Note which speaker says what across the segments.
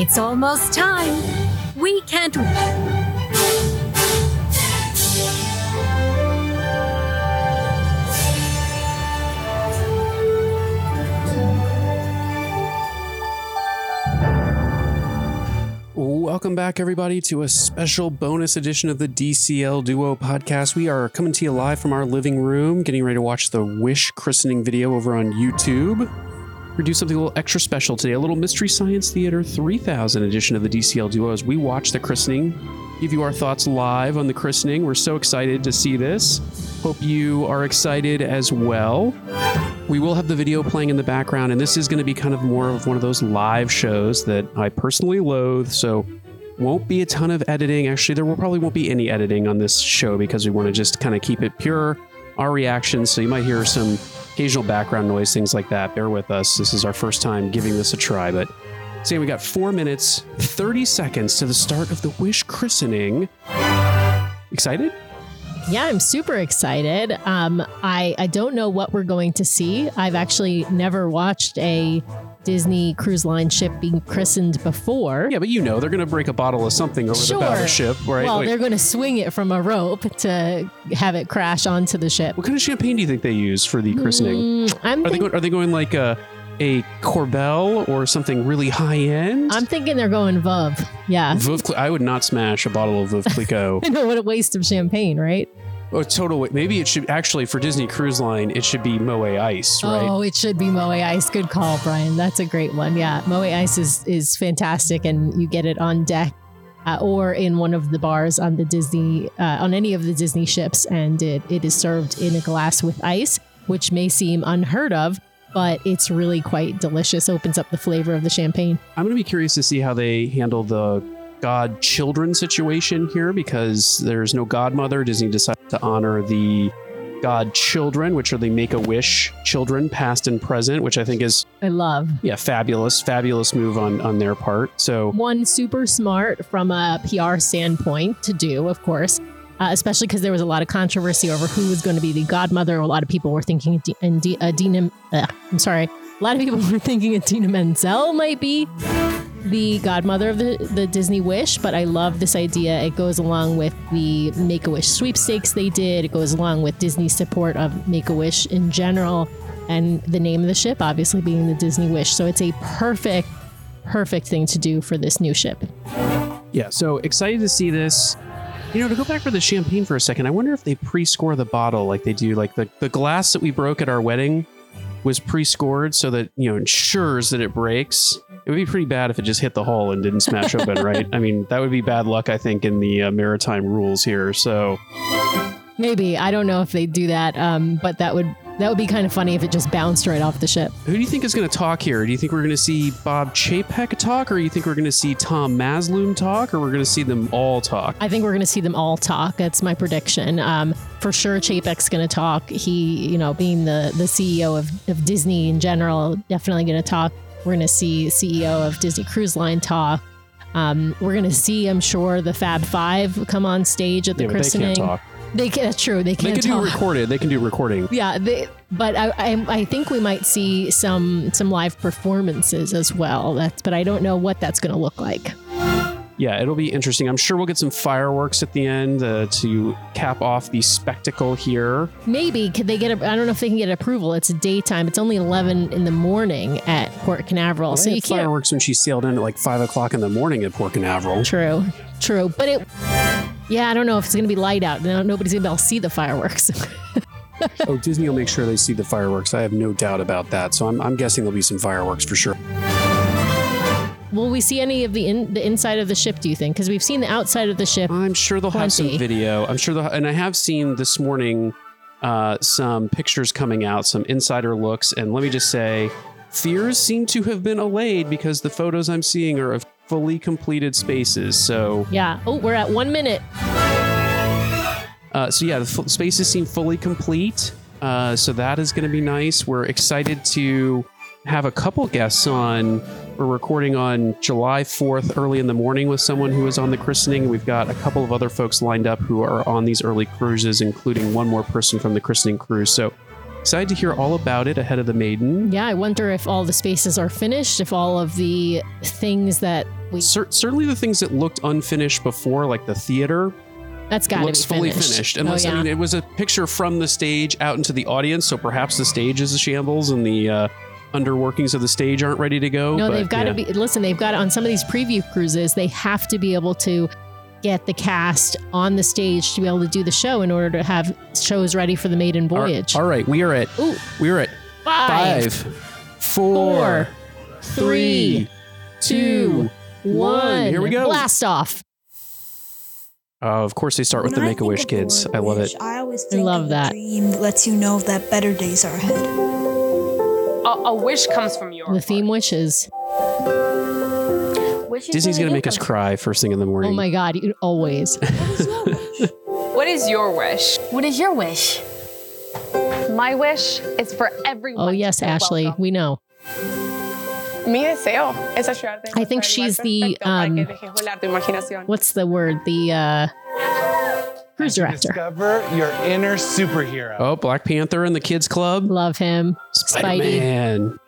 Speaker 1: It's almost time. We can't.
Speaker 2: Welcome back, everybody, to a special bonus edition of the DCL Duo podcast. We are coming to you live from our living room, getting ready to watch the Wish christening video over on YouTube. We do something a little extra special today, a little Mystery Science Theater 3000 edition of the DCL Duo as we watch the christening, give you our thoughts live on the christening. We're so excited to see this. Hope you are excited as well. We will have the video playing in the background, and this is going to be kind of more of one of those live shows that I personally loathe. So, won't be a ton of editing. Actually, there will probably won't be any editing on this show because we want to just kind of keep it pure, our reactions. So, you might hear some occasional background noise, things like that. Bear with us. This is our first time giving this a try, but. So, yeah, we got four minutes, 30 seconds to the start of the Wish christening. Excited?
Speaker 3: Yeah, I'm super excited. Um, I I don't know what we're going to see. I've actually never watched a Disney Cruise Line ship being christened before.
Speaker 2: Yeah, but you know they're gonna break a bottle of something over
Speaker 3: Sure.
Speaker 2: the battleship, right?
Speaker 3: Well,
Speaker 2: Like,
Speaker 3: they're going to swing it from a rope to have it crash onto the ship.
Speaker 2: what kind of champagne do you think they use for the christening?
Speaker 3: Mm, I'm
Speaker 2: Are they
Speaker 3: think-
Speaker 2: going, are they going like a a Corbel or something really high end?
Speaker 3: I'm thinking they're going Vov. Yeah,
Speaker 2: Veuve Cli- I would not smash a bottle of Veuve Clicquot.
Speaker 3: I know what a waste of champagne, right?
Speaker 2: oh, total. wa- Maybe it should actually for Disney Cruise Line, it should be Moe Ice, right?
Speaker 3: Oh, it should be Moe Ice. Good call, Brian. That's a great one. Yeah, Moe Ice is is fantastic, and you get it on deck uh, or in one of the bars on the Disney uh, on any of the Disney ships, and it it is served in a glass with ice, which may seem unheard of, but it's really quite delicious. Opens up the flavor of the champagne.
Speaker 2: I'm going to be curious to see how they handle the god children situation here because there's no godmother. Disney decided to honor the god children, which are the make a wish children, past and present, which I think is,
Speaker 3: I love.
Speaker 2: yeah, fabulous, fabulous move on, on their part. So,
Speaker 3: one super smart from a PR standpoint to do, of course, uh, especially because there was a lot of controversy over who was going to be the godmother. A lot of people were thinking D- and D- Adina, uh, I'm sorry, a lot of people were thinking Adina Menzel might be the godmother of the, the Disney Wish, but I love this idea. It goes along with the Make a Wish sweepstakes they did, it goes along with Disney's support of Make a Wish in general. And the name of the ship, obviously, being the Disney Wish. So it's a perfect perfect thing to do for this new ship.
Speaker 2: yeah, so excited to see this. You know, to go back for the champagne for a second, I wonder if they pre score the bottle like they do, like the, the glass that we broke at our wedding was pre-scored so that you know ensures that it breaks. It would be pretty bad if it just hit the hull and didn't smash open, right? I mean, that would be bad luck, I think, in the uh, maritime rules here. So
Speaker 3: Maybe I don't know if they do that, um, but that would that would be kind of funny if it just bounced right off the ship.
Speaker 2: Who do you think is going to talk here? Do you think we're going to see Bob Chapek talk, or you think we're going to see Tom Maslum talk, or we're going to see them all talk?
Speaker 3: I think we're going to see them all talk. That's my prediction. Um, for sure, Chapek's going to talk. He, you know, being the the CEO of, of Disney in general, definitely going to talk. We're going to see CEO of Disney Cruise Line talk. Um, we're going to see, I'm sure, the Fab Five come on stage at the
Speaker 2: yeah, but they
Speaker 3: christening.
Speaker 2: can't talk.
Speaker 3: They can, that's true. They
Speaker 2: They
Speaker 3: can't
Speaker 2: can do
Speaker 3: talk.
Speaker 2: recorded. They can do recording.
Speaker 3: Yeah, they, but I, I I think we might see some some live performances as well. That's but I don't know what that's going to look like.
Speaker 2: Yeah, it'll be interesting. I'm sure we'll get some fireworks at the end uh, to cap off the spectacle here.
Speaker 3: Maybe could they get? A, I don't know if they can get approval. It's daytime. It's only eleven in the morning at Port Canaveral, so
Speaker 2: They
Speaker 3: you
Speaker 2: had
Speaker 3: can't.
Speaker 2: fireworks when she sailed in at like five o'clock in the morning at Port Canaveral.
Speaker 3: True, true, but it. Yeah, I don't know if it's going to be light out. No, nobody's going to be able to see the fireworks.
Speaker 2: Oh, Disney will make sure they see the fireworks. I have no doubt about that. So I'm, I'm guessing there'll be some fireworks for sure.
Speaker 3: Will we see any of the in, the inside of the ship? Do you think? Because we've seen the outside of the ship.
Speaker 2: I'm sure they'll have some
Speaker 3: Plenty.
Speaker 2: video. I'm sure they'll, and I have seen this morning uh, some pictures coming out, some insider looks. And let me just say, fears seem to have been allayed because the photos I'm seeing are of fully completed spaces. So
Speaker 3: Yeah. Oh, we're at one minute.
Speaker 2: Uh, so yeah, the f- spaces seem fully complete. Uh, so that is going to be nice. We're excited to have a couple guests on. We're recording on July 4th, early in the morning, with someone who was on the christening. We've got a couple of other folks lined up who are on these early cruises, including one more person from the christening cruise. So Excited to hear all about it ahead of the maiden.
Speaker 3: Yeah, I wonder if all the spaces are finished, if all of the things that we
Speaker 2: Cer- certainly the things that looked unfinished before, like the theater,
Speaker 3: that's got to be
Speaker 2: looks fully finished. Unless
Speaker 3: oh, yeah.
Speaker 2: I mean, it was a picture from the stage out into the audience, so perhaps the stage is a shambles and the uh, underworkings of the stage aren't ready to go.
Speaker 3: no,
Speaker 2: but,
Speaker 3: they've got to be.
Speaker 2: yeah.
Speaker 3: Listen, they've got on some of these preview cruises, they have to be able to get the cast on the stage to be able to do the show in order to have shows ready for the maiden
Speaker 2: All-
Speaker 3: voyage.
Speaker 2: all right, we are at
Speaker 3: Ooh,
Speaker 2: we are at
Speaker 3: five,
Speaker 2: five, four,
Speaker 3: four,
Speaker 2: three,
Speaker 3: three, two, one.
Speaker 2: Here we go.
Speaker 3: Blast off.
Speaker 2: Uh, of course, they start with
Speaker 4: When
Speaker 2: the
Speaker 4: I
Speaker 2: Make a
Speaker 4: think
Speaker 2: Wish
Speaker 4: of the
Speaker 2: kids.
Speaker 4: word
Speaker 2: I love
Speaker 4: wish,
Speaker 2: it.
Speaker 4: I always think
Speaker 3: love
Speaker 4: of
Speaker 3: that.
Speaker 4: A dream that lets you know that better days are ahead.
Speaker 5: A, a wish comes from your
Speaker 3: The theme
Speaker 5: heart.
Speaker 3: wishes.
Speaker 5: Wishes
Speaker 2: Disney's
Speaker 5: are
Speaker 2: gonna
Speaker 5: the
Speaker 2: make us
Speaker 5: anthem.
Speaker 2: cry first thing in the morning.
Speaker 3: Oh my God, you, always.
Speaker 5: What is your wish?
Speaker 6: What is your wish?
Speaker 5: My wish is for everyone.
Speaker 3: Oh, yes,
Speaker 5: to feel
Speaker 3: Ashley,
Speaker 5: welcome.
Speaker 3: we know.
Speaker 7: Mi deseo es ayudarte. a
Speaker 3: I
Speaker 7: encontrar el
Speaker 3: think she's
Speaker 7: lugar
Speaker 3: the,
Speaker 7: perfecto para que
Speaker 3: um,
Speaker 7: dejes volar tu imaginación.
Speaker 3: What's the word? The uh, cruise director.
Speaker 8: Discover your inner superhero.
Speaker 2: Oh, Black Panther and the Kids Club.
Speaker 3: Love him.
Speaker 2: Spider Man.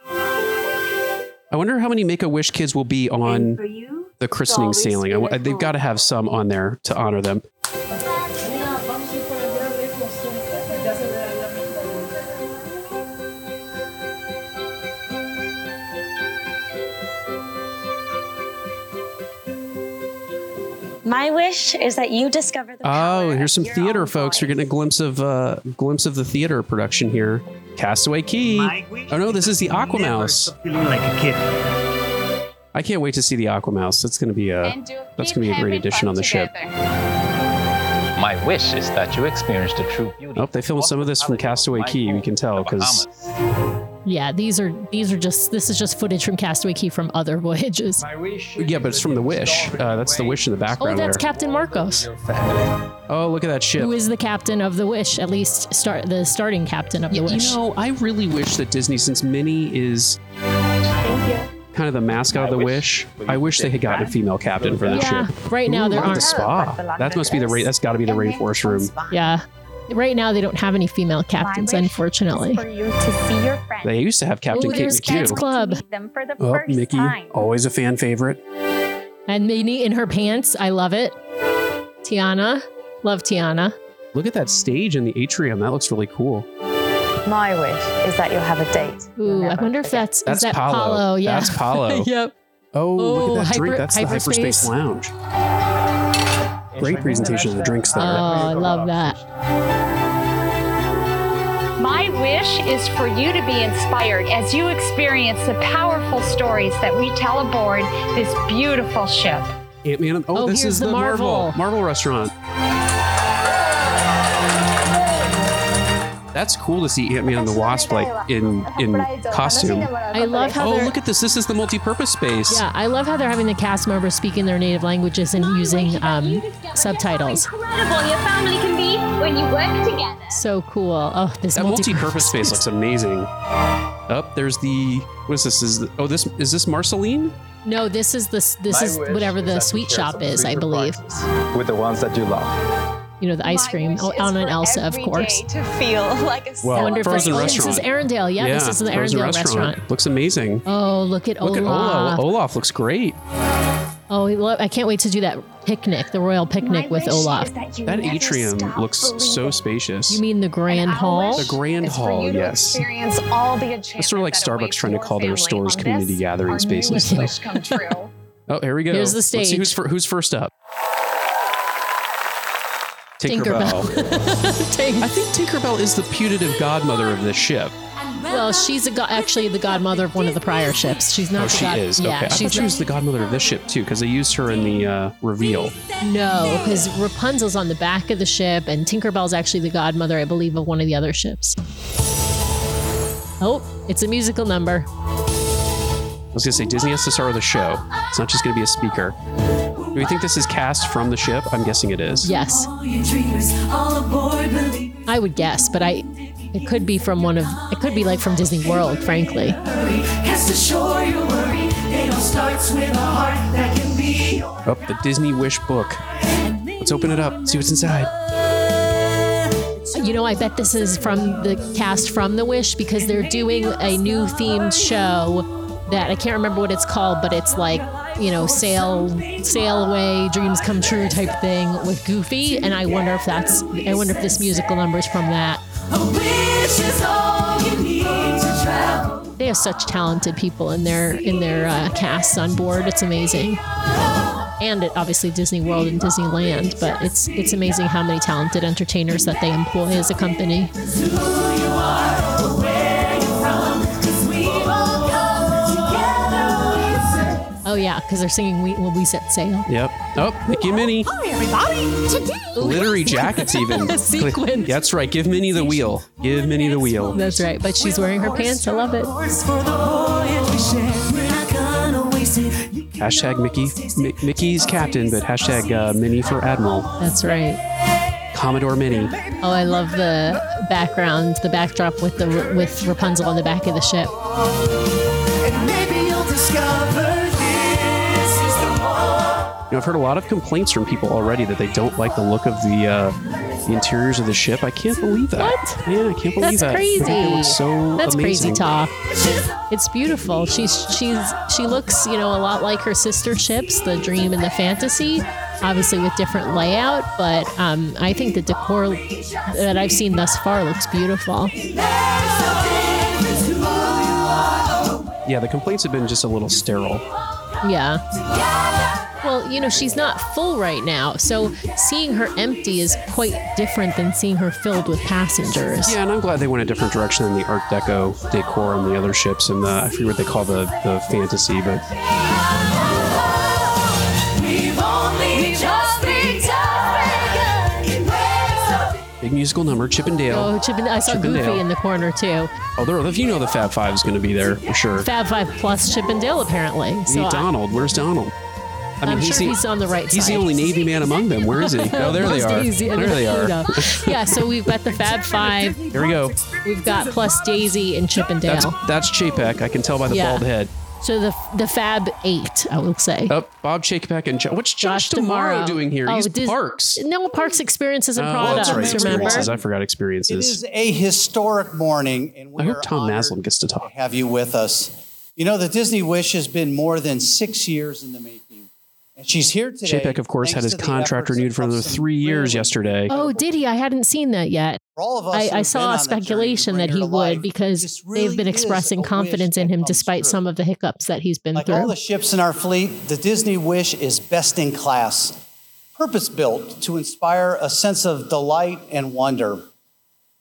Speaker 2: I wonder how many Make a Wish kids will be on the christening sailing. I w- they've got to have some on there to honor them.
Speaker 6: My wish is that you discover the power
Speaker 2: Oh, here's some
Speaker 6: of your
Speaker 2: theater,
Speaker 6: own
Speaker 2: folks.
Speaker 6: voice.
Speaker 2: You're getting a glimpse of uh, glimpse of the theater production here. Castaway Key. Oh no, this is the Aquamouse.
Speaker 9: Feeling like a kid.
Speaker 2: I can't wait to see the Aquamouse. That's gonna be a
Speaker 5: And to
Speaker 2: that's
Speaker 5: keep
Speaker 2: gonna be a great
Speaker 5: having
Speaker 2: addition
Speaker 5: fun
Speaker 2: on the ship.
Speaker 5: together.
Speaker 10: My wish is that you experience the true beauty.
Speaker 2: Oh, they filmed some of this from Castaway Key, we can tell, 'cause-
Speaker 3: Yeah, these are these are just this is just footage from Castaway Key from other voyages.
Speaker 8: My wish
Speaker 2: Oh, Yeah, but it's from the Wish. Uh, that's the Wish in the
Speaker 3: Oh,
Speaker 2: background.
Speaker 3: that's
Speaker 2: there.
Speaker 3: Captain Marcos,
Speaker 2: oh, look at that ship.
Speaker 3: who is the captain of the Wish, at least start the starting captain of the
Speaker 2: Y-
Speaker 3: Wish.
Speaker 2: You know, I really wish that Disney, since Minnie is kind of the mascot of
Speaker 10: I
Speaker 2: the
Speaker 10: wish-
Speaker 2: wish, I wish they had gotten a female captain for that
Speaker 3: yeah,
Speaker 2: ship.
Speaker 3: right now there
Speaker 2: Ooh, the
Speaker 3: aren't.
Speaker 2: spa. That must be the ra- that's got to be the rainforest room.
Speaker 3: Yeah, right now they don't have any female captains,
Speaker 6: wish
Speaker 3: unfortunately.
Speaker 6: For you to see your friends.
Speaker 2: They used to have Captain
Speaker 3: Ooh,
Speaker 2: Kate
Speaker 3: there's Kids
Speaker 2: McHugh.
Speaker 3: Club.
Speaker 6: Meet them for the
Speaker 2: Oh,
Speaker 6: first
Speaker 2: Mickey,
Speaker 6: time.
Speaker 2: always a fan favorite.
Speaker 3: And Minnie in her pants, I love it. Tiana, love Tiana.
Speaker 2: Look at that stage in the atrium. That looks really cool.
Speaker 11: My wish is that you'll have a date.
Speaker 3: Ooh, I wonder if that's
Speaker 2: That's
Speaker 3: is that
Speaker 2: Paulo.
Speaker 3: Yeah,
Speaker 2: That's Paulo.
Speaker 3: yep.
Speaker 2: Oh, look
Speaker 3: Oh,
Speaker 2: at that drink.
Speaker 3: hyper-
Speaker 2: That's the hyperspace
Speaker 3: hyperspace.
Speaker 2: lounge. Great presentation of the drinks
Speaker 3: Oh,
Speaker 2: there.
Speaker 3: I love that.
Speaker 5: My wish is for you to be inspired as you experience the powerful stories that we tell aboard this beautiful ship.
Speaker 2: Ant Man. Oh,
Speaker 3: Oh,
Speaker 2: this
Speaker 3: here's
Speaker 2: is
Speaker 3: the
Speaker 2: the Marvel. Marvel
Speaker 3: Marvel.
Speaker 2: restaurant. That's cool to see Ant Man and the Wasp like in in costume.
Speaker 3: I love how
Speaker 2: Oh,
Speaker 3: they're
Speaker 2: look at this! This is the multi-purpose space.
Speaker 3: Yeah, I love how they're having the cast members speak in their native languages and using um, subtitles.
Speaker 6: Incredible your family can be when you work together.
Speaker 3: So cool. Oh, this
Speaker 2: That
Speaker 3: multi-
Speaker 2: multi-purpose space looks amazing. Up there's the what is this? Is the, oh this is this Marceline?
Speaker 3: No, this is this this is whatever the sweet shop is, I believe.
Speaker 10: With the ones that you love.
Speaker 3: You know, the ice cream. Oh, Anna and Elsa, of course.
Speaker 7: to feel like a
Speaker 2: Well,
Speaker 3: I wonder if that's,
Speaker 2: Frozen
Speaker 3: oh, this
Speaker 2: restaurant.
Speaker 3: is Arendelle. Yeah, this is the
Speaker 2: Frozen
Speaker 3: Arendelle restaurant.
Speaker 2: Looks amazing.
Speaker 3: Oh, look at
Speaker 2: Look at
Speaker 3: Olaf.
Speaker 2: Olaf. Olaf looks great.
Speaker 3: Oh, I, love, I can't wait to do that picnic, the royal picnic with Olaf.
Speaker 2: That atrium looks so spacious.
Speaker 3: You mean the grand
Speaker 5: And our
Speaker 3: hall?
Speaker 2: the grand
Speaker 5: It's for
Speaker 2: hall?
Speaker 5: you to
Speaker 2: Yes.
Speaker 5: Experience all the enchantment
Speaker 2: sort of like
Speaker 5: that
Speaker 2: Starbucks
Speaker 5: awaits
Speaker 2: trying to
Speaker 5: your
Speaker 2: call their
Speaker 5: family
Speaker 2: stores
Speaker 5: on
Speaker 2: community
Speaker 5: this,
Speaker 2: gathering
Speaker 5: our
Speaker 2: spaces.
Speaker 5: newest wish come true.
Speaker 2: Oh, here we go.
Speaker 3: Here's the
Speaker 2: Let's see
Speaker 3: stage.
Speaker 2: who's, fir- who's first up.
Speaker 3: Tinkerbell.
Speaker 2: I think Tinkerbell is the putative godmother of this ship.
Speaker 3: Well, she's a go- actually the godmother of one of the prior ships. She's not.
Speaker 2: oh,
Speaker 3: the
Speaker 2: she
Speaker 3: god-
Speaker 2: is.
Speaker 3: Yeah,
Speaker 2: okay. I
Speaker 3: she's
Speaker 2: thought she was the godmother of this ship too, because they used her in the uh, reveal.
Speaker 3: No, because Rapunzel's on the back of the ship, and Tinkerbell's actually the godmother, I believe, of one of the other ships. Oh, it's a musical number.
Speaker 2: I was gonna say Disney has to start with a show. It's not just gonna be a speaker. Do we think this is cast from the ship? I'm guessing it is.
Speaker 3: Yes, I would guess, but I it could be from one of it could be like from Disney World, frankly.
Speaker 2: Oh, the Disney Wish book. Let's open it up. See what's inside.
Speaker 3: You you know, I bet this is from the cast from The Wish because they're doing a new themed show that I can't remember what it's called, but it's like, you know, sail sail away, dreams come true type thing with Goofy. And I wonder if that's I wonder if this musical number is from that. They have such talented people in their in their uh, casts on board. It's amazing and it, obviously Disney World and Disneyland. But it's it's amazing how many talented entertainers that they employ as a company. Oh yeah, because they're singing "We Will We Set Sail."
Speaker 2: Yep. Oh, Mickey and Minnie. Glittery jackets, even.
Speaker 3: Sequins.
Speaker 2: That's right. Give Minnie the wheel. Give Minnie the wheel.
Speaker 3: That's right, but she's wearing her pants. I love it.
Speaker 2: Hashtag Mickey, Mi- Mickey's captain, but hashtag uh, Minnie for admiral.
Speaker 3: That's right.
Speaker 2: Commodore Minnie.
Speaker 3: Oh, I love the background, the backdrop with the with Rapunzel on the back of the ship.
Speaker 2: You know, I've heard a lot of complaints from people already that they don't like the look of the, uh, the interiors of the ship. I can't believe that.
Speaker 3: What?
Speaker 2: Yeah, I can't believe
Speaker 3: That's
Speaker 2: that. I think
Speaker 3: crazy.
Speaker 2: It looks so
Speaker 3: That's
Speaker 2: amazing.
Speaker 3: crazy talk. It's beautiful. She's she's she looks, you know, a lot like her sister ships, the Dream and the Fantasy, obviously with different layout, but um, I think the decor that I've seen thus far looks beautiful.
Speaker 2: Yeah, the complaints have been just a little sterile.
Speaker 3: Yeah. Well, you know, she's not full right now, so seeing her empty is quite different than seeing her filled with passengers.
Speaker 2: Yeah, and I'm glad they went a different direction than the Art Deco decor on the other ships and the I forget what they call the the fantasy, but big musical number, Chip and Dale.
Speaker 3: Oh, Chip and, I saw
Speaker 2: Chip and
Speaker 3: Goofy
Speaker 2: Dale.
Speaker 3: in the corner too.
Speaker 2: Although if you know the Fab Five is going to be there for sure.
Speaker 3: Fab Five plus Chip and Dale apparently.
Speaker 2: We
Speaker 3: So
Speaker 2: need
Speaker 3: I-
Speaker 2: Donald. Where's Donald? I
Speaker 3: I'm sure he's on the right
Speaker 2: He's
Speaker 3: side.
Speaker 2: the only Navy man among them. Where is he? Oh, there they
Speaker 3: Most
Speaker 2: are.
Speaker 3: easy.
Speaker 2: There they
Speaker 3: No.
Speaker 2: are.
Speaker 3: yeah, so we've got the Fab Five.
Speaker 2: Here we go.
Speaker 3: We've got plus Daisy and Chip and Dale.
Speaker 2: That's that's Chapek. I can tell by the
Speaker 3: Yeah.
Speaker 2: bald head.
Speaker 3: so the the Fab Eight, I will say.
Speaker 2: Oh, Bob Chapek and jo- what's Josh, Tomorrow, doing here?
Speaker 3: Oh,
Speaker 2: he's
Speaker 3: Dis-
Speaker 2: Parks.
Speaker 3: No Parks experiences and
Speaker 2: Oh,
Speaker 3: products.
Speaker 2: that's right.
Speaker 3: Remember?
Speaker 2: Experiences. I forgot
Speaker 9: It
Speaker 2: experiences.
Speaker 9: is a historic morning, and we
Speaker 2: I
Speaker 9: are
Speaker 2: hope Tom
Speaker 9: honored
Speaker 2: Maslin gets to talk.
Speaker 9: to have you with us. You know, the Disney Wish has been more than six years in the making, and she's here today.
Speaker 2: Chapek, of course, had
Speaker 9: thanks
Speaker 2: his
Speaker 9: to the
Speaker 2: contract
Speaker 9: efforts
Speaker 2: renewed
Speaker 9: of
Speaker 2: for another
Speaker 9: some
Speaker 2: three years
Speaker 9: really-
Speaker 2: yesterday.
Speaker 3: Oh, did he? I hadn't seen that yet.
Speaker 9: For all of us, who
Speaker 3: I, I
Speaker 9: have been
Speaker 3: saw
Speaker 9: on
Speaker 3: a
Speaker 9: the journey to
Speaker 3: speculation
Speaker 9: bring
Speaker 3: that
Speaker 9: her
Speaker 3: he
Speaker 9: to life,
Speaker 3: would because
Speaker 9: this really
Speaker 3: they've been
Speaker 9: is a
Speaker 3: expressing
Speaker 9: wish
Speaker 3: confidence in
Speaker 9: that
Speaker 3: him
Speaker 9: comes
Speaker 3: despite
Speaker 9: true.
Speaker 3: some of the hiccups that he's been
Speaker 9: Like all
Speaker 3: through.
Speaker 9: the ships in our fleet, the Disney Wish is best in class, purpose built to inspire a sense of delight and wonder.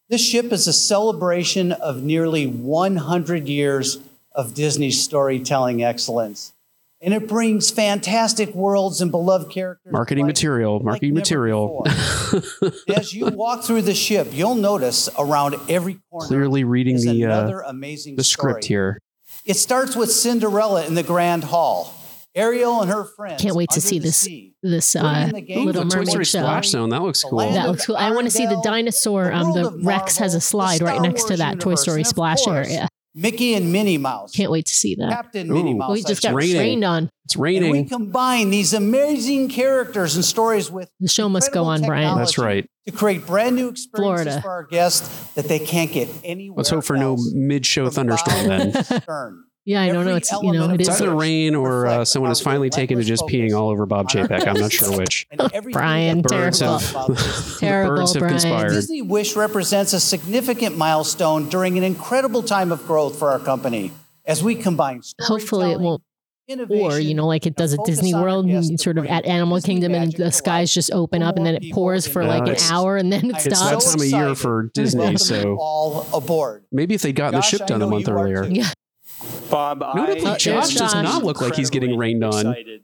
Speaker 9: This ship is a celebration of nearly 100 years of Disney storytelling excellence. And it brings fantastic worlds and beloved characters.
Speaker 2: Marketing
Speaker 9: to life
Speaker 2: material,
Speaker 9: like
Speaker 2: marketing
Speaker 9: never
Speaker 2: material.
Speaker 9: before. As you walk through the ship, you'll notice around every corner.
Speaker 2: Clearly reading
Speaker 9: is
Speaker 2: the, uh,
Speaker 9: another amazing
Speaker 2: the script
Speaker 9: story.
Speaker 2: here.
Speaker 9: It starts with Cinderella in the Grand Hall. Ariel and her friends.
Speaker 3: Can't wait to
Speaker 9: under
Speaker 3: see
Speaker 9: the
Speaker 3: this
Speaker 9: sea.
Speaker 3: this
Speaker 9: Bringing
Speaker 3: uh,
Speaker 9: the game
Speaker 3: Little
Speaker 9: to
Speaker 2: Toy Story
Speaker 9: Mermaid
Speaker 3: Mermaid show.
Speaker 2: Splash Zone. That looks
Speaker 9: The
Speaker 2: cool.
Speaker 9: land
Speaker 3: That
Speaker 9: of
Speaker 3: looks cool. I want to see the
Speaker 9: Arendelle,
Speaker 3: dinosaur. Um,
Speaker 9: world
Speaker 3: the
Speaker 9: of
Speaker 3: Rex has a
Speaker 9: Marvel,
Speaker 3: slide
Speaker 9: the
Speaker 3: right
Speaker 9: Star
Speaker 3: next to
Speaker 9: Wars
Speaker 3: that Toy
Speaker 9: universe,
Speaker 3: Story
Speaker 9: and of
Speaker 3: splash
Speaker 9: course,
Speaker 3: area.
Speaker 9: Mickey and Minnie Mouse.
Speaker 3: Can't wait to see that.
Speaker 9: Captain
Speaker 2: Ooh.
Speaker 9: Minnie Mouse.
Speaker 3: We just
Speaker 9: I
Speaker 3: got
Speaker 9: should say.
Speaker 2: raining.
Speaker 3: rained on.
Speaker 2: It's
Speaker 9: And we
Speaker 2: raining.
Speaker 9: combine these amazing characters and stories with
Speaker 3: The show must go on,
Speaker 9: incredible
Speaker 3: Brian.
Speaker 9: technology
Speaker 2: That's right.
Speaker 9: To create brand new experiences
Speaker 3: Florida.
Speaker 9: for our guests that they can't get anywhere.
Speaker 2: Let's hope for no
Speaker 9: else
Speaker 2: mid-show
Speaker 9: from
Speaker 2: thunderstorm
Speaker 9: Bob
Speaker 2: then.
Speaker 9: Stern.
Speaker 3: Yeah, I don't
Speaker 9: Every
Speaker 3: know. It's you know
Speaker 9: element
Speaker 3: it
Speaker 9: of
Speaker 3: is.
Speaker 2: It's either rain or uh,
Speaker 9: Reflect
Speaker 2: someone has
Speaker 9: our
Speaker 2: finally taken to just
Speaker 9: relentless
Speaker 2: peeing
Speaker 9: focus
Speaker 2: all over Bob
Speaker 9: on our
Speaker 2: Chapek. I'm not sure which.
Speaker 9: And everything
Speaker 3: Brian,
Speaker 9: that
Speaker 2: Birds
Speaker 3: terrible,
Speaker 2: have-
Speaker 9: Bob Disney
Speaker 3: terrible,
Speaker 2: birds have
Speaker 3: Brian.
Speaker 2: conspired.
Speaker 9: Disney Wish represents a significant milestone during an incredible time of growth for our company as we combine
Speaker 3: Hopefully, it
Speaker 9: storytelling,
Speaker 3: won't.
Speaker 9: innovation,
Speaker 3: Or you know, like it
Speaker 9: and
Speaker 3: does at
Speaker 9: focus
Speaker 3: Disney
Speaker 9: on our
Speaker 3: World,
Speaker 9: guests
Speaker 3: and
Speaker 9: to
Speaker 3: sort of
Speaker 9: bring
Speaker 3: at Animal
Speaker 9: Disney
Speaker 3: Kingdom, and
Speaker 9: magic
Speaker 3: the
Speaker 9: to
Speaker 3: skies
Speaker 9: life.
Speaker 3: just open up, and then it
Speaker 9: More
Speaker 3: pours
Speaker 9: people
Speaker 3: for
Speaker 9: in
Speaker 3: like an
Speaker 2: It's-
Speaker 3: hour, and then it
Speaker 9: I am
Speaker 2: It's that
Speaker 3: stops.
Speaker 9: so
Speaker 2: time of year
Speaker 9: excited
Speaker 2: for
Speaker 9: to
Speaker 2: Disney,
Speaker 9: welcome you
Speaker 2: so-
Speaker 9: all aboard.
Speaker 2: Maybe if they'd gotten
Speaker 9: Josh,
Speaker 2: the ship
Speaker 9: I
Speaker 2: done a
Speaker 9: know
Speaker 2: month
Speaker 9: you are
Speaker 2: earlier.
Speaker 9: too.
Speaker 3: Yeah,
Speaker 12: Bob,
Speaker 2: Notably,
Speaker 12: I
Speaker 2: Josh does
Speaker 12: am
Speaker 2: not look like he's getting
Speaker 12: incredibly
Speaker 2: rained on.
Speaker 12: excited.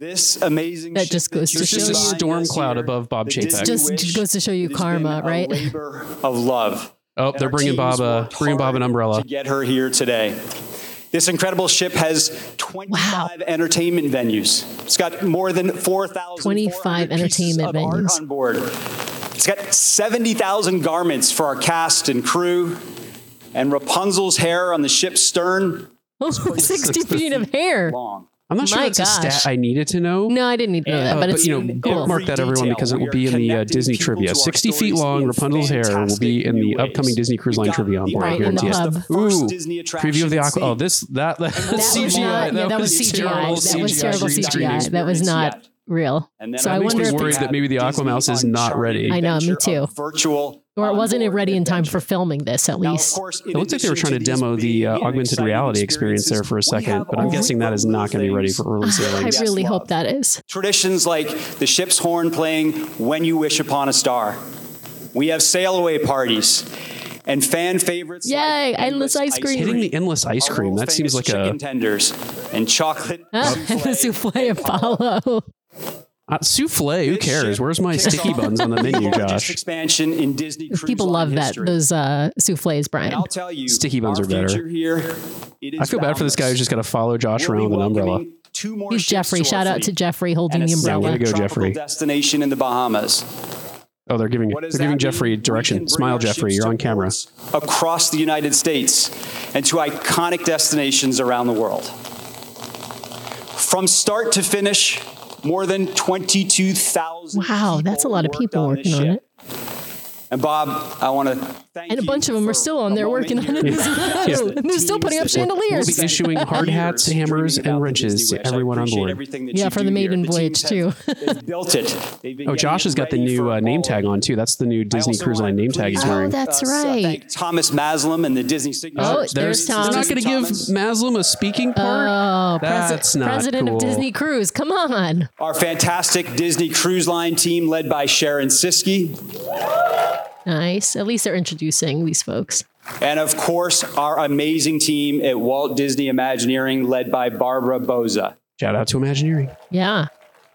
Speaker 12: This amazing
Speaker 3: That
Speaker 12: ship
Speaker 3: just goes
Speaker 12: you
Speaker 3: to show
Speaker 12: designed
Speaker 3: you-
Speaker 2: Just a storm
Speaker 12: this
Speaker 2: cloud
Speaker 12: year,
Speaker 2: above Bob
Speaker 12: the
Speaker 2: Chapek.
Speaker 12: Disney
Speaker 3: just
Speaker 12: Wish,
Speaker 3: goes to show you
Speaker 12: it has
Speaker 3: karma,
Speaker 12: been a
Speaker 3: right?
Speaker 12: labor of love.
Speaker 2: Oh,
Speaker 12: And
Speaker 2: they're
Speaker 12: our
Speaker 2: bringing Bob
Speaker 12: teams
Speaker 2: a
Speaker 12: worked
Speaker 2: bringing Bob
Speaker 12: hard
Speaker 2: an umbrella.
Speaker 12: to get her here today. This incredible ship has 25 entertainment venues. It's got more than 4,000
Speaker 3: 25 entertainment
Speaker 12: of art
Speaker 3: venues.
Speaker 12: on board. It's got 70,000 garments for our cast and crew, and Rapunzel's hair on the ship's stern
Speaker 3: sixty feet of hair.
Speaker 12: long.
Speaker 2: I'm not sure
Speaker 3: My
Speaker 2: that's a
Speaker 3: gosh.
Speaker 2: stat I needed to know.
Speaker 3: No, I didn't need to know that,
Speaker 2: Uh,
Speaker 3: but it's
Speaker 2: you know,
Speaker 3: cool.
Speaker 2: mark that everyone because it will be in the uh, Disney trivia. Sixty feet long, Rapunzel's hair will be in the upcoming Disney Cruise Line trivia on board.
Speaker 3: Right,
Speaker 2: I
Speaker 3: in the
Speaker 2: guarantee it.
Speaker 3: hub.
Speaker 2: Ooh,
Speaker 12: Disney
Speaker 2: preview of the aqua. Oh, this that that,
Speaker 3: That was
Speaker 2: CGI.
Speaker 3: not- yeah, that was
Speaker 2: terrible
Speaker 3: CGI. That was terrible
Speaker 2: green screen
Speaker 3: CGI. That was not real.
Speaker 12: And then
Speaker 3: So
Speaker 12: I
Speaker 3: I
Speaker 12: makes
Speaker 3: wonder
Speaker 2: I'm
Speaker 3: if
Speaker 2: worried
Speaker 3: it's-
Speaker 2: that maybe the aqua mouse is not ready.
Speaker 3: I know, me too.
Speaker 12: Virtual.
Speaker 3: Or it wasn't ready in time for filming this, at least.
Speaker 2: It looked like they were trying to demo the uh, augmented reality experience there for a second, but I'm guessing that is not going to be ready for early
Speaker 3: I
Speaker 2: sailing.
Speaker 3: really hope that is.
Speaker 12: Traditions like the ship's horn playing When You Wish Upon a Star. We have sail away parties and fan favorites.
Speaker 3: Yay, endless ice cream.
Speaker 2: Hitting the endless ice cream. That seems like a.
Speaker 12: chicken tenders and chocolate.
Speaker 3: Ah, and the souffle and follow.
Speaker 2: Uh, souffle. Who cares? Where's my sticky buns on the menu, Josh?
Speaker 12: Expansion in Disney Cruise
Speaker 3: People love
Speaker 12: Line
Speaker 3: that,
Speaker 12: history.
Speaker 3: those uh, souffles, Brian.
Speaker 12: I'll tell you,
Speaker 2: Sticky buns
Speaker 12: our
Speaker 2: are better.
Speaker 12: future Here, it is
Speaker 2: I feel bad for this guy who's just got to follow Josh around with an umbrella.
Speaker 3: He's Jeffrey. Shout out to Jeffrey holding the umbrella.
Speaker 2: Way to go, Jeffrey.
Speaker 12: destination in the Bahamas.
Speaker 2: Oh, they're giving they're giving Jeffrey direction. Smile, Jeffrey. You're on camera.
Speaker 12: across the United States and to iconic destinations around the world. From start to finish, more than 22,000.
Speaker 3: Wow, that's a lot of people working on it.
Speaker 12: And Bob, I want to
Speaker 3: And a bunch of them are still on there working on it. And They're still putting up
Speaker 2: We'll
Speaker 3: chandeliers.
Speaker 2: be issuing hard hats, hammers, and wrenches to everyone on board.
Speaker 12: everything that
Speaker 3: yeah,
Speaker 12: you
Speaker 3: for
Speaker 12: do
Speaker 3: the maiden
Speaker 12: here.
Speaker 3: voyage, too.
Speaker 12: The team built it. They've been
Speaker 2: Oh,
Speaker 12: getting
Speaker 2: Josh
Speaker 12: it
Speaker 2: has got the
Speaker 12: ready
Speaker 2: new
Speaker 12: for
Speaker 2: uh, name
Speaker 12: all
Speaker 2: tag on too. That's the new Disney Cruise Line name tag he's
Speaker 3: Oh,
Speaker 2: wearing.
Speaker 3: that's right.
Speaker 12: Uh, Thomas Maslam and the Disney signature.
Speaker 3: Oh,
Speaker 12: experience.
Speaker 3: there's Tom.
Speaker 2: They're not going to give Maslam a speaking part.
Speaker 3: Oh,
Speaker 2: That's
Speaker 3: presi-
Speaker 2: not
Speaker 3: president
Speaker 2: cool.
Speaker 3: of Disney Cruise. Come on.
Speaker 12: Our fantastic Disney Cruise Line team, led by Sharon Siski,
Speaker 3: Nice. At least they're introducing these folks.
Speaker 12: and of course, our amazing team at Walt Disney Imagineering, led by Barbara Boza.
Speaker 2: Shout out to Imagineering.
Speaker 3: Yeah.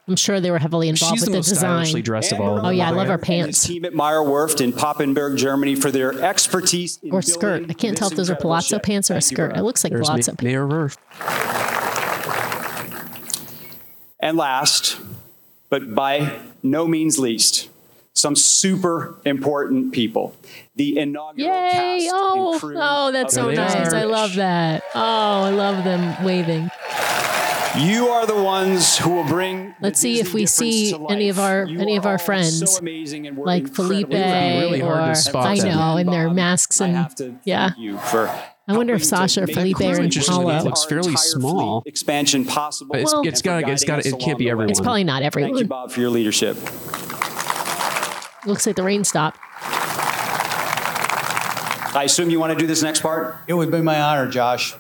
Speaker 3: I'm sure they were heavily involved
Speaker 2: She's
Speaker 3: with
Speaker 2: the
Speaker 3: the,
Speaker 2: most stylishly
Speaker 3: design.
Speaker 2: dressed of all of
Speaker 3: Oh,
Speaker 2: them.
Speaker 3: yeah. I love her
Speaker 12: And the
Speaker 3: pants
Speaker 12: team at Meyer Werft in Poppenberg, Germany, for their expertise in
Speaker 3: or
Speaker 12: building
Speaker 3: skirt. I can't
Speaker 12: this
Speaker 3: tell if those are
Speaker 12: incredible
Speaker 3: palazzo
Speaker 12: ship.
Speaker 3: pants or a
Speaker 12: Thank you,
Speaker 3: skirt.
Speaker 12: Barbara.
Speaker 3: It looks like
Speaker 2: There's Ma-
Speaker 3: palazzo pants.
Speaker 2: Mayor Werf.
Speaker 12: And last, but by no means least, some super important people. The inaugural
Speaker 3: Yay!
Speaker 12: cast
Speaker 3: Oh,
Speaker 12: and crew
Speaker 3: oh, that's
Speaker 12: of
Speaker 3: so
Speaker 12: the
Speaker 3: nice.
Speaker 12: Disney
Speaker 3: I love that. Oh, I love them waving.
Speaker 12: You are the ones who will bring.
Speaker 3: Let's see if we see any of our any of our friends, like Felipe
Speaker 12: incredibly
Speaker 3: or
Speaker 12: hard to spot
Speaker 3: I
Speaker 12: them.
Speaker 3: know, in their masks and yeah.
Speaker 12: You for
Speaker 3: I wonder if Sasha or Felipe
Speaker 2: It's
Speaker 3: are in
Speaker 2: interesting that it
Speaker 3: Paolo.
Speaker 2: looks fairly small.
Speaker 12: expansion possible.
Speaker 2: But it's,
Speaker 3: Well-
Speaker 2: it's got it's got it can't be everyone.
Speaker 3: It's probably not
Speaker 12: Thank you,
Speaker 3: everyone.
Speaker 12: Bob, for your leadership.
Speaker 3: Looks like the rain stopped.
Speaker 12: I assume you want to do this next part.
Speaker 9: It would be my honor, Josh.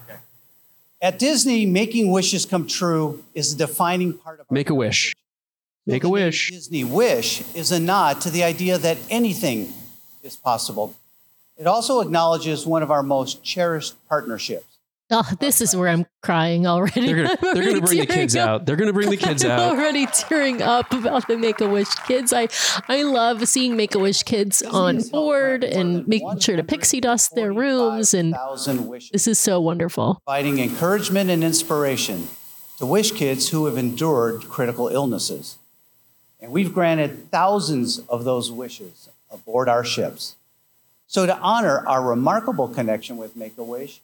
Speaker 9: At Disney, making wishes come true is a defining part of
Speaker 2: Make a wish. Make a wish.
Speaker 9: Disney wish is a nod to the idea that anything is possible. It also acknowledges one of our most cherished partnerships.
Speaker 3: Oh, this is where I'm crying already.
Speaker 2: They're gonna
Speaker 3: I'm
Speaker 2: they're gonna
Speaker 3: already
Speaker 2: bring the
Speaker 3: tearing
Speaker 2: kids
Speaker 3: up.
Speaker 2: out. They're gonna bring the kids
Speaker 3: I'm
Speaker 2: out.
Speaker 3: already tearing up about the Make a Wish kids. I I love seeing Make a Wish kids on board and making sure to pixie dust their rooms, and
Speaker 9: 1,000 wishes.
Speaker 3: this is so wonderful.
Speaker 9: providing encouragement and inspiration to wish kids who have endured critical illnesses. And we've granted thousands of those wishes aboard our ships. So, to honor our remarkable connection with Make a Wish,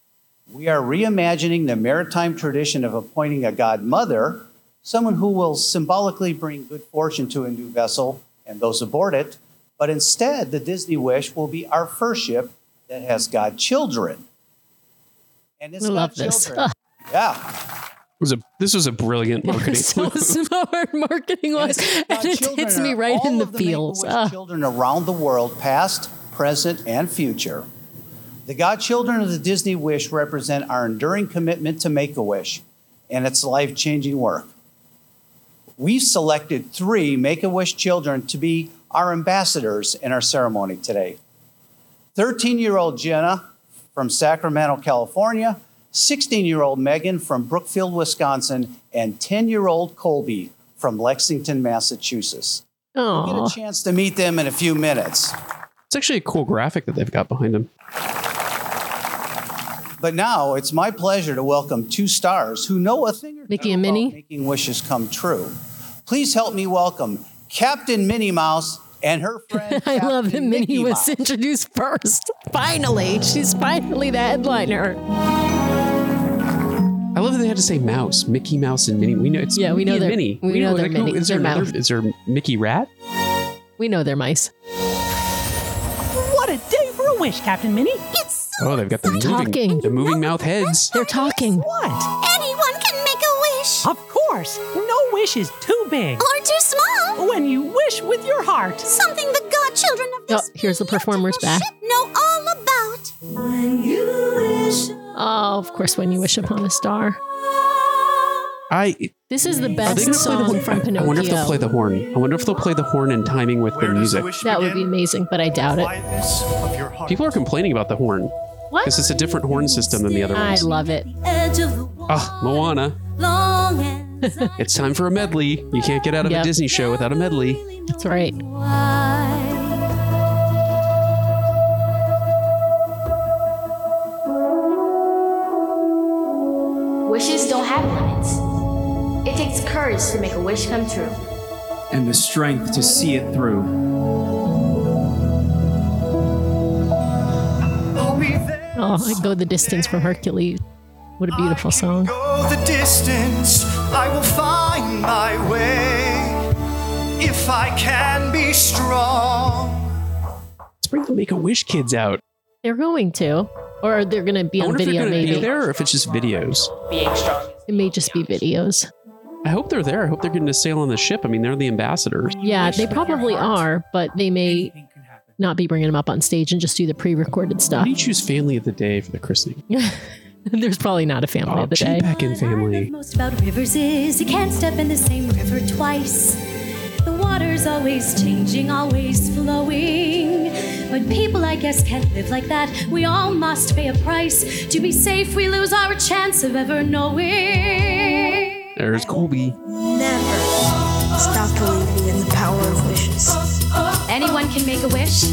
Speaker 9: we are reimagining the maritime tradition of appointing a godmother, someone who will symbolically bring good fortune to a new vessel and those aboard it. But instead, the Disney Wish will be our first ship that has godchildren. And it's
Speaker 3: I love this.
Speaker 9: godchildren. yeah.
Speaker 2: It was a this was a brilliant marketing.
Speaker 3: so smart marketing wise, and it
Speaker 9: Children
Speaker 3: hits me
Speaker 9: are
Speaker 3: right
Speaker 9: all
Speaker 3: in the
Speaker 9: of Make-A-Wish
Speaker 3: feels. Ah,
Speaker 9: Children around the world, past, present, and future. The godchildren of the Disney Wish represent our enduring commitment to Make a Wish and its life changing work. We've selected three Make a Wish children to be our ambassadors in our ceremony today 13 year old Jenna from Sacramento, California, 16 year old Megan from Brookfield, Wisconsin, and 10 year old Colby from Lexington, Massachusetts. You'll
Speaker 3: aw.
Speaker 9: Get a chance to meet them in a few minutes.
Speaker 2: It's actually a cool graphic that they've got behind them.
Speaker 9: But now it's my pleasure to welcome two stars who know a thing or two
Speaker 3: Mickey and
Speaker 9: about
Speaker 3: Minnie?
Speaker 9: making wishes come true. Please help me welcome Captain Minnie Mouse and her friend.
Speaker 3: I love that
Speaker 9: Captain
Speaker 3: Minnie
Speaker 9: Mickey
Speaker 3: was
Speaker 9: Mouse.
Speaker 3: introduced first. Finally, she's finally the headliner.
Speaker 2: I love that they had to say mouse, Mickey Mouse, and Minnie. We know it's
Speaker 3: Yeah, we
Speaker 2: Mickey
Speaker 3: know
Speaker 2: and
Speaker 3: they're-
Speaker 2: Minnie.
Speaker 3: we know they're
Speaker 2: like, who-
Speaker 3: Minnie.
Speaker 2: Is there
Speaker 3: They're
Speaker 2: another?
Speaker 3: mouse.
Speaker 2: Is there Mickey Rat?
Speaker 3: We know they're mice.
Speaker 13: What a day for a wish, Captain Minnie. It's
Speaker 2: Oh, they've got the moving,
Speaker 13: Talking.
Speaker 2: the moving mouth heads.
Speaker 3: They're talking.
Speaker 13: what? Anyone can make a wish. Of course. No wish is too big. Or too
Speaker 4: Oh,
Speaker 13: small. When you wish with your heart. Something the godchildren of
Speaker 3: Oh, here's the performers back.
Speaker 13: know all about. When you wish.
Speaker 3: Oh, of course, when you wish upon a star.
Speaker 2: I.
Speaker 3: This is the
Speaker 2: Are they
Speaker 3: best
Speaker 2: gonna play the
Speaker 3: song
Speaker 2: horn?
Speaker 3: from
Speaker 2: I-
Speaker 3: Pinocchio.
Speaker 2: I wonder if they'll play the horn. I wonder if they'll play the horn in timing with the music.
Speaker 3: That would be amazing, but I doubt it.
Speaker 2: People are complaining about the horn
Speaker 3: What?
Speaker 2: because it's a different horn system than the other
Speaker 3: I
Speaker 2: ones.
Speaker 3: love it.
Speaker 13: Edge of the
Speaker 2: Ah, Moana.
Speaker 13: long and
Speaker 2: It's time for a medley. You can't get out of
Speaker 3: Yep.
Speaker 2: a Disney show without a medley.
Speaker 3: That's right.
Speaker 14: Wishes don't have limits. It takes courage to make a wish come true.
Speaker 15: and the strength to see it through.
Speaker 3: Oh, I go the distance from Hercules. What a beautiful song.
Speaker 16: Go the distance, I will find my way. If I can be strong.
Speaker 2: Let's bring the Make a Wish kids out.
Speaker 3: They're going to, or they're going to be
Speaker 2: I
Speaker 3: on
Speaker 2: wonder if
Speaker 3: video.
Speaker 2: they're going to
Speaker 3: Maybe
Speaker 2: be there or if it's just videos.
Speaker 3: being strong. It may just be videos.
Speaker 2: I hope they're there. I hope they're getting to sail on the ship. I mean, they're the ambassadors.
Speaker 3: Yeah, they probably are, but they may not be bringing them up on stage and just do the pre-recorded
Speaker 2: Why
Speaker 3: stuff.
Speaker 2: do you choose family of the day for the christening?
Speaker 3: There's probably not a family
Speaker 2: Oh,
Speaker 3: of the day.
Speaker 2: G-Packin' family.
Speaker 17: Most about rivers is you can't step in the same river twice. The water's always changing, always flowing. But people, I guess, can't live like that. We all must pay a price. To be safe, we lose our chance of ever knowing.
Speaker 2: There's Colby.
Speaker 4: Never stop believing in the power of wishes.
Speaker 14: Anyone can make a wish.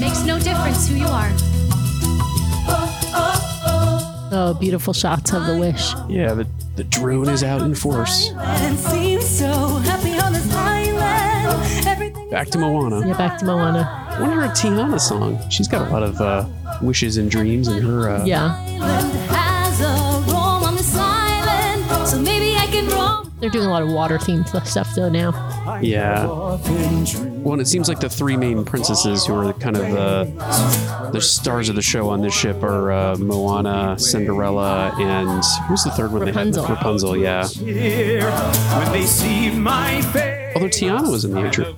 Speaker 14: Makes no difference who you are.
Speaker 3: Oh, beautiful shots of the wish.
Speaker 2: Yeah, the, the drone is out in force.
Speaker 17: And seems so happy on this island. Everything
Speaker 2: Back to Moana.
Speaker 3: Yeah, back to Moana.
Speaker 2: I wonder a Tiana song. She's got a lot of uh, wishes and dreams in her. Uh,
Speaker 3: Yeah,
Speaker 17: has a roam on this island. So maybe I can roam.
Speaker 3: they're doing a lot of water-themed stuff though now.
Speaker 2: Yeah. Well, and it seems like the three main princesses who are kind of the the stars of the show on this ship are uh, Moana, Cinderella, and who's the third one?
Speaker 16: Rapunzel.
Speaker 2: They had? Rapunzel. Yeah.
Speaker 16: Here, when they see my face.
Speaker 2: Although Tiana was in the intro.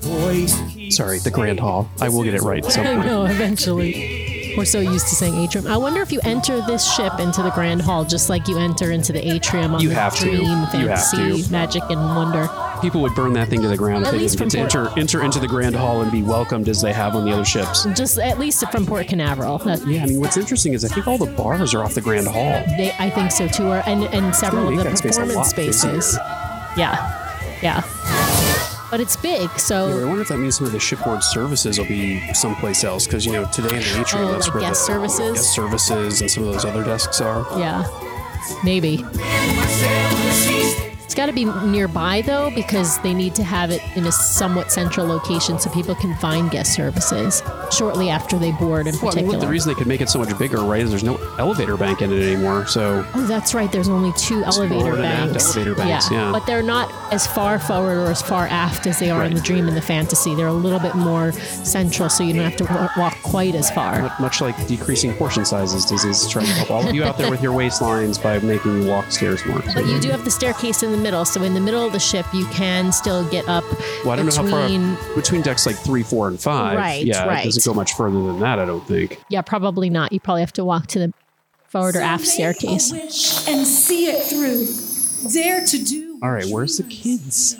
Speaker 2: Sorry, the Grand Hall. I will get it right. at some
Speaker 3: I
Speaker 2: point.
Speaker 3: know. Eventually, we're so used to saying atrium. I wonder if you enter this ship into the grand hall just like you enter into the atrium on
Speaker 2: You
Speaker 3: the
Speaker 2: have to.
Speaker 3: dream,
Speaker 2: You have
Speaker 3: fantasy,
Speaker 2: to.
Speaker 3: magic, and wonder.
Speaker 2: People would burn that thing to the ground if
Speaker 3: At
Speaker 2: they
Speaker 3: least
Speaker 2: didn't get to
Speaker 3: from
Speaker 2: enter,
Speaker 3: Port-
Speaker 2: enter into the Grand Hall and be welcomed as they have on the other ships.
Speaker 3: Just at least from Port Canaveral. That-
Speaker 2: Yeah, I mean, what's interesting is I think all the bars are off the Grand Hall.
Speaker 3: They, I think so too, or, and and several of
Speaker 2: make
Speaker 3: the
Speaker 2: that space a
Speaker 3: performance
Speaker 2: lot busier.
Speaker 3: spaces. Yeah, yeah. But it's big,
Speaker 2: Yeah, but I
Speaker 3: so
Speaker 2: wonder if that means some of the shipboard services will be someplace else because you know today in the atrium
Speaker 3: Oh,
Speaker 2: that's
Speaker 3: like
Speaker 2: where
Speaker 3: guest
Speaker 2: the
Speaker 3: services?
Speaker 2: guest services, and some of those other desks are.
Speaker 3: yeah, maybe. It's got to be nearby though, because they need to have it in a somewhat central location so people can find guest services shortly after they board. In
Speaker 2: Well, I mean,
Speaker 3: particular,
Speaker 2: look, the reason they could make it so much bigger, right, is there's no elevator bank in it anymore. So
Speaker 3: Oh, that's right. There's only two elevator
Speaker 2: forward and aft
Speaker 3: banks.
Speaker 2: elevator banks, yeah.
Speaker 3: But they're not as far forward or as far aft as they are in the dream and the fantasy. They're a little bit more central, so you don't have to wa- walk quite as far.
Speaker 2: mu- much like decreasing portion sizes, Disney's trying to help all of you out there with your waistlines by making you walk stairs more. So,
Speaker 3: But you do have the staircase in the middle, so in the middle of the ship, you can still get up
Speaker 2: well, I don't
Speaker 3: between.
Speaker 2: know how far between decks like three, four, and five.
Speaker 3: Right,
Speaker 2: yeah,
Speaker 3: right.
Speaker 2: it doesn't go much further than that, I don't think.
Speaker 3: Yeah, probably not. You probably have to walk to the forward or aft staircase.
Speaker 17: wish and see it through. Dare to do.
Speaker 2: All right, where's the kids?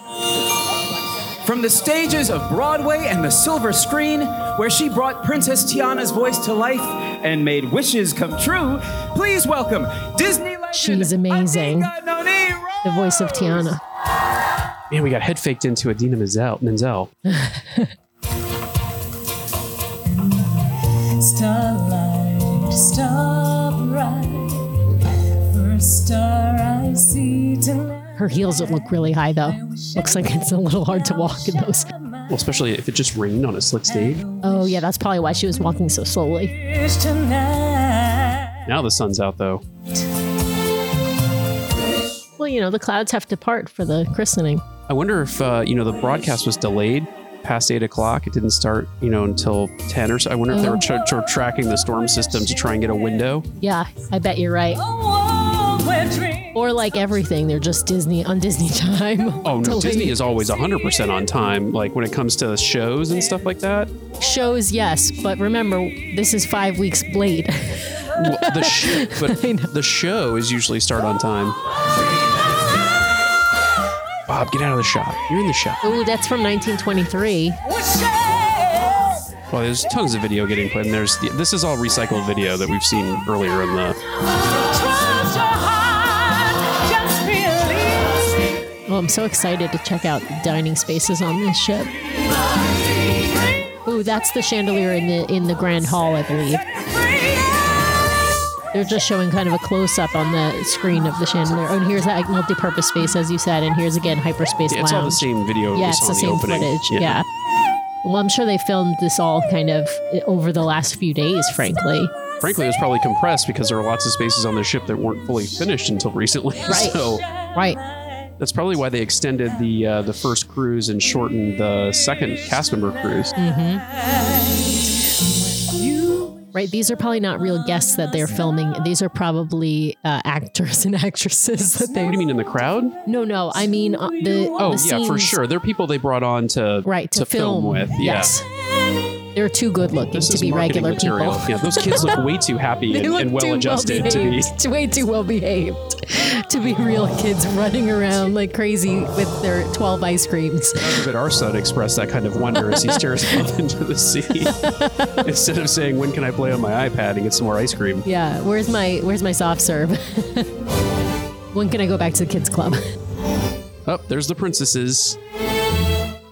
Speaker 15: From the stages of Broadway and the silver screen, where she brought Princess Tiana's voice to life and made wishes come true, please welcome Disney
Speaker 3: She's amazing. The voice of Tiana.
Speaker 2: Man, we got head faked into Adina Menzel. Menzel.
Speaker 13: Starlight, starlight, first star I see tonight.
Speaker 3: Her heels don't look really high though. Looks like it's a little hard to walk in those.
Speaker 2: Well, especially if it just rained on a slick stage.
Speaker 3: Oh yeah, that's probably why she was walking so slowly.
Speaker 13: Wish tonight.
Speaker 2: Now the sun's out, though.
Speaker 3: you know, the clouds have to part for the christening.
Speaker 2: I wonder if uh, you know the broadcast was delayed past eight o'clock. It didn't start you know until ten or so. I wonder if they were tra- tra- tracking the storm system to try and get a window.
Speaker 3: Yeah, I bet you're right. Or like everything, they're just Disney on Disney time.
Speaker 2: Oh no,
Speaker 3: Delayed.
Speaker 2: Disney is always hundred percent on time. Like when it comes to shows and stuff like that.
Speaker 3: Shows, yes, but remember, this is five weeks late.
Speaker 2: Well, the sh- but the show is usually start on time. Bob, get out of the shot. You're in the shot.
Speaker 3: Ooh, that's from 1923.
Speaker 2: Well, there's tons of video getting played, and there's this is all recycled video that we've seen earlier in the.
Speaker 3: Well, I'm so excited to check out the dining spaces on this ship. Ooh, that's the chandelier in the in the grand hall, I believe. They're just showing kind of a close up on the screen of the chandelier. Oh, and here's that multi-purpose space, as you said, and here's again hyperspace
Speaker 2: Yeah, it's all the
Speaker 3: lounge.
Speaker 2: same video.
Speaker 3: Yeah,
Speaker 2: that's
Speaker 3: it's the,
Speaker 2: on
Speaker 3: same
Speaker 2: opening.
Speaker 3: footage. Yeah. Well, I'm sure they filmed this all kind of eh, over the last few days, frankly.
Speaker 2: Frankly, it was probably compressed because there were lots of spaces on the ship that weren't fully finished until recently.
Speaker 3: Right.
Speaker 2: So
Speaker 3: Right.
Speaker 2: that's probably why they extended the uh, the first cruise and shortened the second cast member cruise.
Speaker 3: Mm-hmm. Right. These are probably not real guests that they're filming. These are probably uh, actors and actresses that they. What
Speaker 2: do you mean in the crowd?
Speaker 3: No, no. I mean uh, the.
Speaker 2: Oh
Speaker 3: the
Speaker 2: yeah, for
Speaker 3: scenes-
Speaker 2: sure. They're people they brought on to
Speaker 3: Right, to
Speaker 2: film.
Speaker 3: film.
Speaker 2: with. Yeah.
Speaker 3: Yes. They're too good looking
Speaker 2: This
Speaker 3: to
Speaker 2: is
Speaker 3: be
Speaker 2: marketing
Speaker 3: regular
Speaker 2: material.
Speaker 3: people.
Speaker 2: Yeah, those kids look way too happy
Speaker 3: They
Speaker 2: and,
Speaker 3: look
Speaker 2: and
Speaker 3: too
Speaker 2: well adjusted to be.
Speaker 3: well-behaved, way too well behaved to be real kids running around like crazy with their 12 ice creams.
Speaker 2: But our son expressed that kind of wonder as he stares off into the sea. Instead of saying, "When can I play on my iPad and get some more ice cream?"
Speaker 3: Yeah, where's my where's my soft serve? when can I go back to the kids club?
Speaker 2: Up oh, there's the princesses.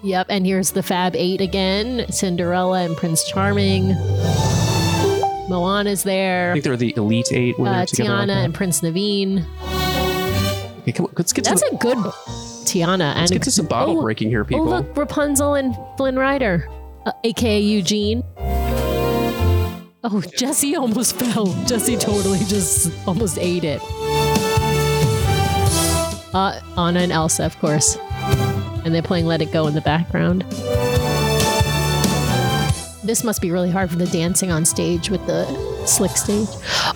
Speaker 3: yep, and here's the Fab 8 again, Cinderella and Prince Charming. Moana's
Speaker 2: I
Speaker 3: there.
Speaker 2: think they're the elite eight when
Speaker 3: Uh,
Speaker 2: they're together.
Speaker 3: Tiana
Speaker 2: like that.
Speaker 3: and Prince Naveen.
Speaker 2: Okay, come on, let's get
Speaker 3: That's
Speaker 2: to
Speaker 3: a
Speaker 2: the,
Speaker 3: good Tiana. and
Speaker 2: let's get to some bottle
Speaker 3: Oh,
Speaker 2: breaking here, people.
Speaker 3: Oh, look, Rapunzel and Flynn Rider, uh, aka Eugene. Oh, Jesse almost fell. Jesse totally just almost ate it. Uh, Anna and Elsa, of course. And they're playing Let It Go in the background. This must be really hard for the dancing on stage with the slick stage.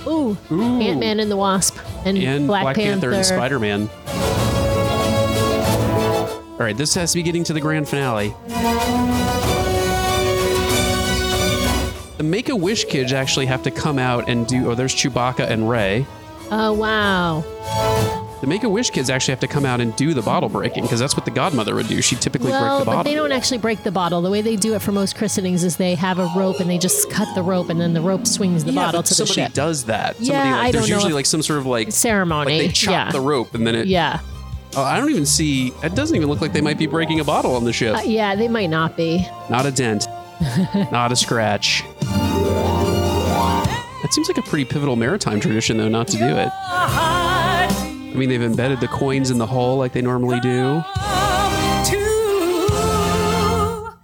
Speaker 3: Ooh, Ant Man and the Wasp and,
Speaker 2: and
Speaker 3: Black, Panther.
Speaker 2: and Spider Man. All right, this has to be getting to the grand finale. The Make a Wish kids actually have to come out and do. Oh, there's Chewbacca and Ray.
Speaker 3: Oh, wow.
Speaker 2: The Make a Wish kids actually have to come out and do the bottle breaking because that's what the godmother would do. She typically
Speaker 3: well,
Speaker 2: break the
Speaker 3: but
Speaker 2: bottle.
Speaker 3: they don't actually break the bottle. The way they do it for most christenings is they have a rope and they just cut the rope and then the rope swings the
Speaker 2: yeah,
Speaker 3: bottle
Speaker 2: but
Speaker 3: to the
Speaker 2: somebody
Speaker 3: ship.
Speaker 2: does that. somebody,
Speaker 3: Yeah,
Speaker 2: like,
Speaker 3: I
Speaker 2: there's
Speaker 3: don't know
Speaker 2: usually
Speaker 3: if-
Speaker 2: like some sort of like
Speaker 3: Ceremony.
Speaker 2: Like they chop
Speaker 3: yeah.
Speaker 2: the rope and then it.
Speaker 3: Yeah.
Speaker 2: Oh, I don't even see. It doesn't even look like they might be breaking a bottle on the ship.
Speaker 3: Uh, yeah, they might not be.
Speaker 2: Not a dent. not a scratch. That seems like a pretty pivotal maritime tradition, though, not to do it. I mean, they've embedded the coins in the hull like they normally do.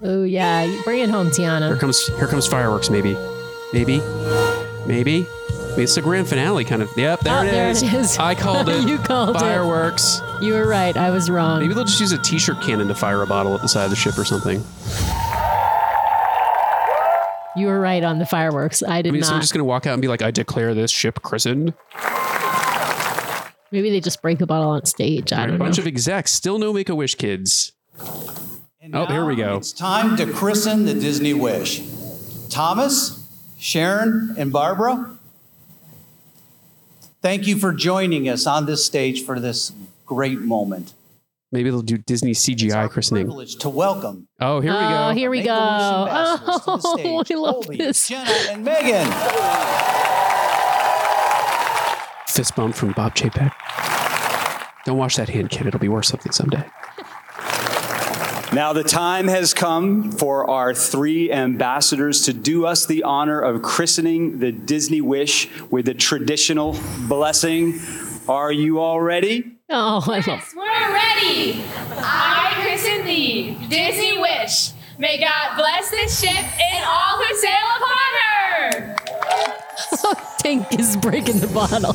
Speaker 3: Oh, yeah. you Bring it home,
Speaker 2: Here
Speaker 3: Tiana.
Speaker 2: comes, here comes fireworks. Maybe, maybe, maybe. I mean, it's the grand finale, kind of. Yep, there,
Speaker 3: Oh,
Speaker 2: it,
Speaker 3: there
Speaker 2: is.
Speaker 3: it is.
Speaker 2: I called it.
Speaker 3: You called it.
Speaker 2: fireworks.
Speaker 3: You were right. I was wrong.
Speaker 2: Maybe they'll just use a t-shirt cannon to fire a bottle at the side of the ship or something.
Speaker 3: You were right on the fireworks. I
Speaker 2: I
Speaker 3: did
Speaker 2: mean,
Speaker 3: not.
Speaker 2: someone's just gonna walk out and be like, "I declare this ship christened."
Speaker 3: Maybe they just break the bottle on stage. I
Speaker 2: A
Speaker 3: don't know.
Speaker 2: bunch of execs still no Make a Wish kids. oh, here we go.
Speaker 9: It's time to christen the Disney wish. Thomas, Sharon, and Barbara, thank you for joining us on this stage for this great moment.
Speaker 2: Maybe they'll do Disney CGI christening.
Speaker 9: Privilege to welcome
Speaker 2: Oh, here we go.
Speaker 3: Oh, here we go. Oh, I love this.
Speaker 9: and Megan.
Speaker 2: Fist bump from Bob Chapek. Don't wash that hand, kid. It'll be worth something someday.
Speaker 12: Now the time has come for our three ambassadors to do us the honor of christening the Disney wish with the traditional blessing. Are you all ready?
Speaker 3: Oh, I love
Speaker 18: We're ready. I christen thee, Disney wish. May God bless this ship and all who sail upon her.
Speaker 3: Tank is breaking the bottle.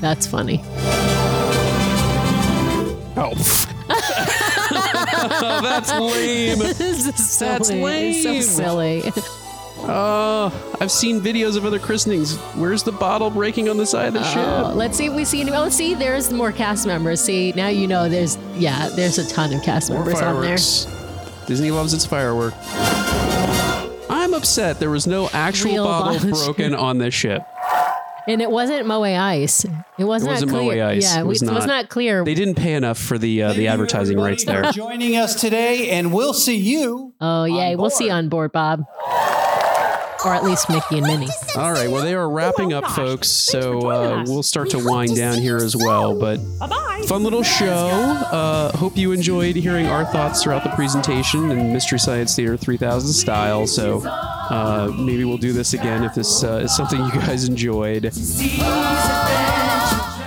Speaker 3: That's funny.
Speaker 2: Oh, that's lame.
Speaker 3: this is so
Speaker 2: That's
Speaker 3: lame. It's so
Speaker 2: lame.
Speaker 3: silly.
Speaker 2: Oh, I've seen videos of other christenings. Where's the bottle breaking on the side of the
Speaker 3: Oh,
Speaker 2: ship?
Speaker 3: let's see if we see any. Oh, see, there's more cast members. See, now you know there's, yeah, there's a ton of cast
Speaker 2: More
Speaker 3: members on there.
Speaker 2: fireworks. Disney loves its firework. I'm upset there was no actual
Speaker 3: Real
Speaker 2: bottle
Speaker 3: bottles.
Speaker 2: broken on this ship.
Speaker 3: And it wasn't Moe Ice. It was
Speaker 2: It
Speaker 3: not
Speaker 2: wasn't
Speaker 3: clear.
Speaker 2: Moe Ice.
Speaker 3: Yeah,
Speaker 2: It was
Speaker 3: was
Speaker 2: not.
Speaker 3: not clear.
Speaker 2: They didn't pay enough for the uh, the advertising rights there.
Speaker 9: for joining us today, and we'll see you.
Speaker 3: Oh, yay. We'll see you on board, Bob. Or at least Mickey and Minnie.
Speaker 2: All right, well, they
Speaker 3: Oh
Speaker 2: are wrapping up, folks, so uh, we'll start to wind down here as well. But fun little show. Uh, hope you enjoyed hearing our thoughts throughout the presentation in Mystery Science Theater 3000 style. So uh, maybe we'll do this again if this uh, is something you guys enjoyed.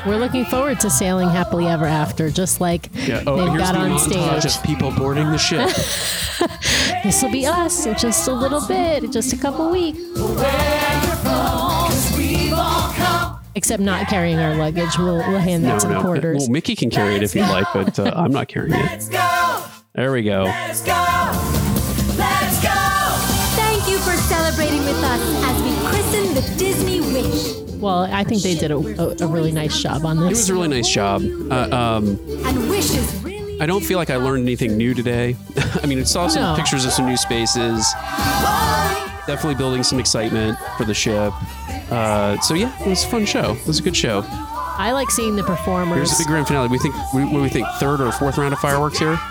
Speaker 3: We're looking forward to sailing happily ever after, just like
Speaker 2: Yeah. Oh,
Speaker 3: they
Speaker 2: here's
Speaker 3: got
Speaker 2: the
Speaker 3: on
Speaker 2: montage
Speaker 3: stage.
Speaker 2: of people boarding the ship.
Speaker 3: This will be us in just a little bit, in just a couple weeks. Except not carrying our luggage. We'll, we'll hand that
Speaker 2: no,
Speaker 3: some
Speaker 2: no.
Speaker 3: quarters.
Speaker 2: Well, Mickey can carry it if he'd like, but uh, I'm not carrying it. There we go.
Speaker 4: Let's go!
Speaker 17: Thank you for celebrating with us as we christen the Disney Wish.
Speaker 3: Well, I think they did a, a, a really nice job on this.
Speaker 2: It was a really nice job. Uh, um,
Speaker 17: And wishes
Speaker 2: I don't feel like I learned anything new today. I mean, I saw some
Speaker 3: No.
Speaker 2: pictures of some new spaces. Definitely building some excitement for the ship. Uh, so yeah, it was a fun show. It was a good show.
Speaker 3: I like seeing the performers.
Speaker 2: Here's the big grand finale. We think what do we think third or fourth round of fireworks here.
Speaker 3: Uh,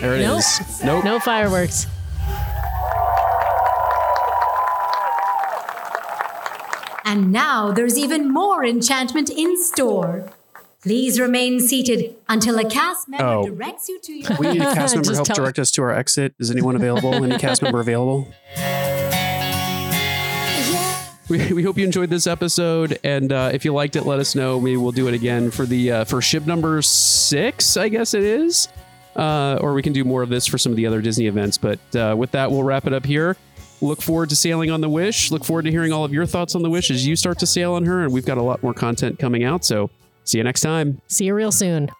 Speaker 2: There it is.
Speaker 3: nope.
Speaker 2: Nope.
Speaker 3: No fireworks.
Speaker 1: And now there's even more enchantment in store. Please remain seated until a cast member
Speaker 2: Oh.
Speaker 1: directs you to your.
Speaker 2: We need a cast member to help
Speaker 1: direct.
Speaker 2: direct us to our exit. Is anyone available? Any cast member available? We, we hope you enjoyed this episode, and uh, if you liked it, let us know. Maybe we'll do it again for the uh, for ship number six, I guess it is, uh, or we can do more of this for some of the other Disney events. But uh, with that, we'll wrap it up here. Look forward to sailing on the Wish. Look forward to hearing all of your thoughts on the Wish as you start to sail on her, and we've got a lot more content coming out. So see you next time.
Speaker 3: See you real soon.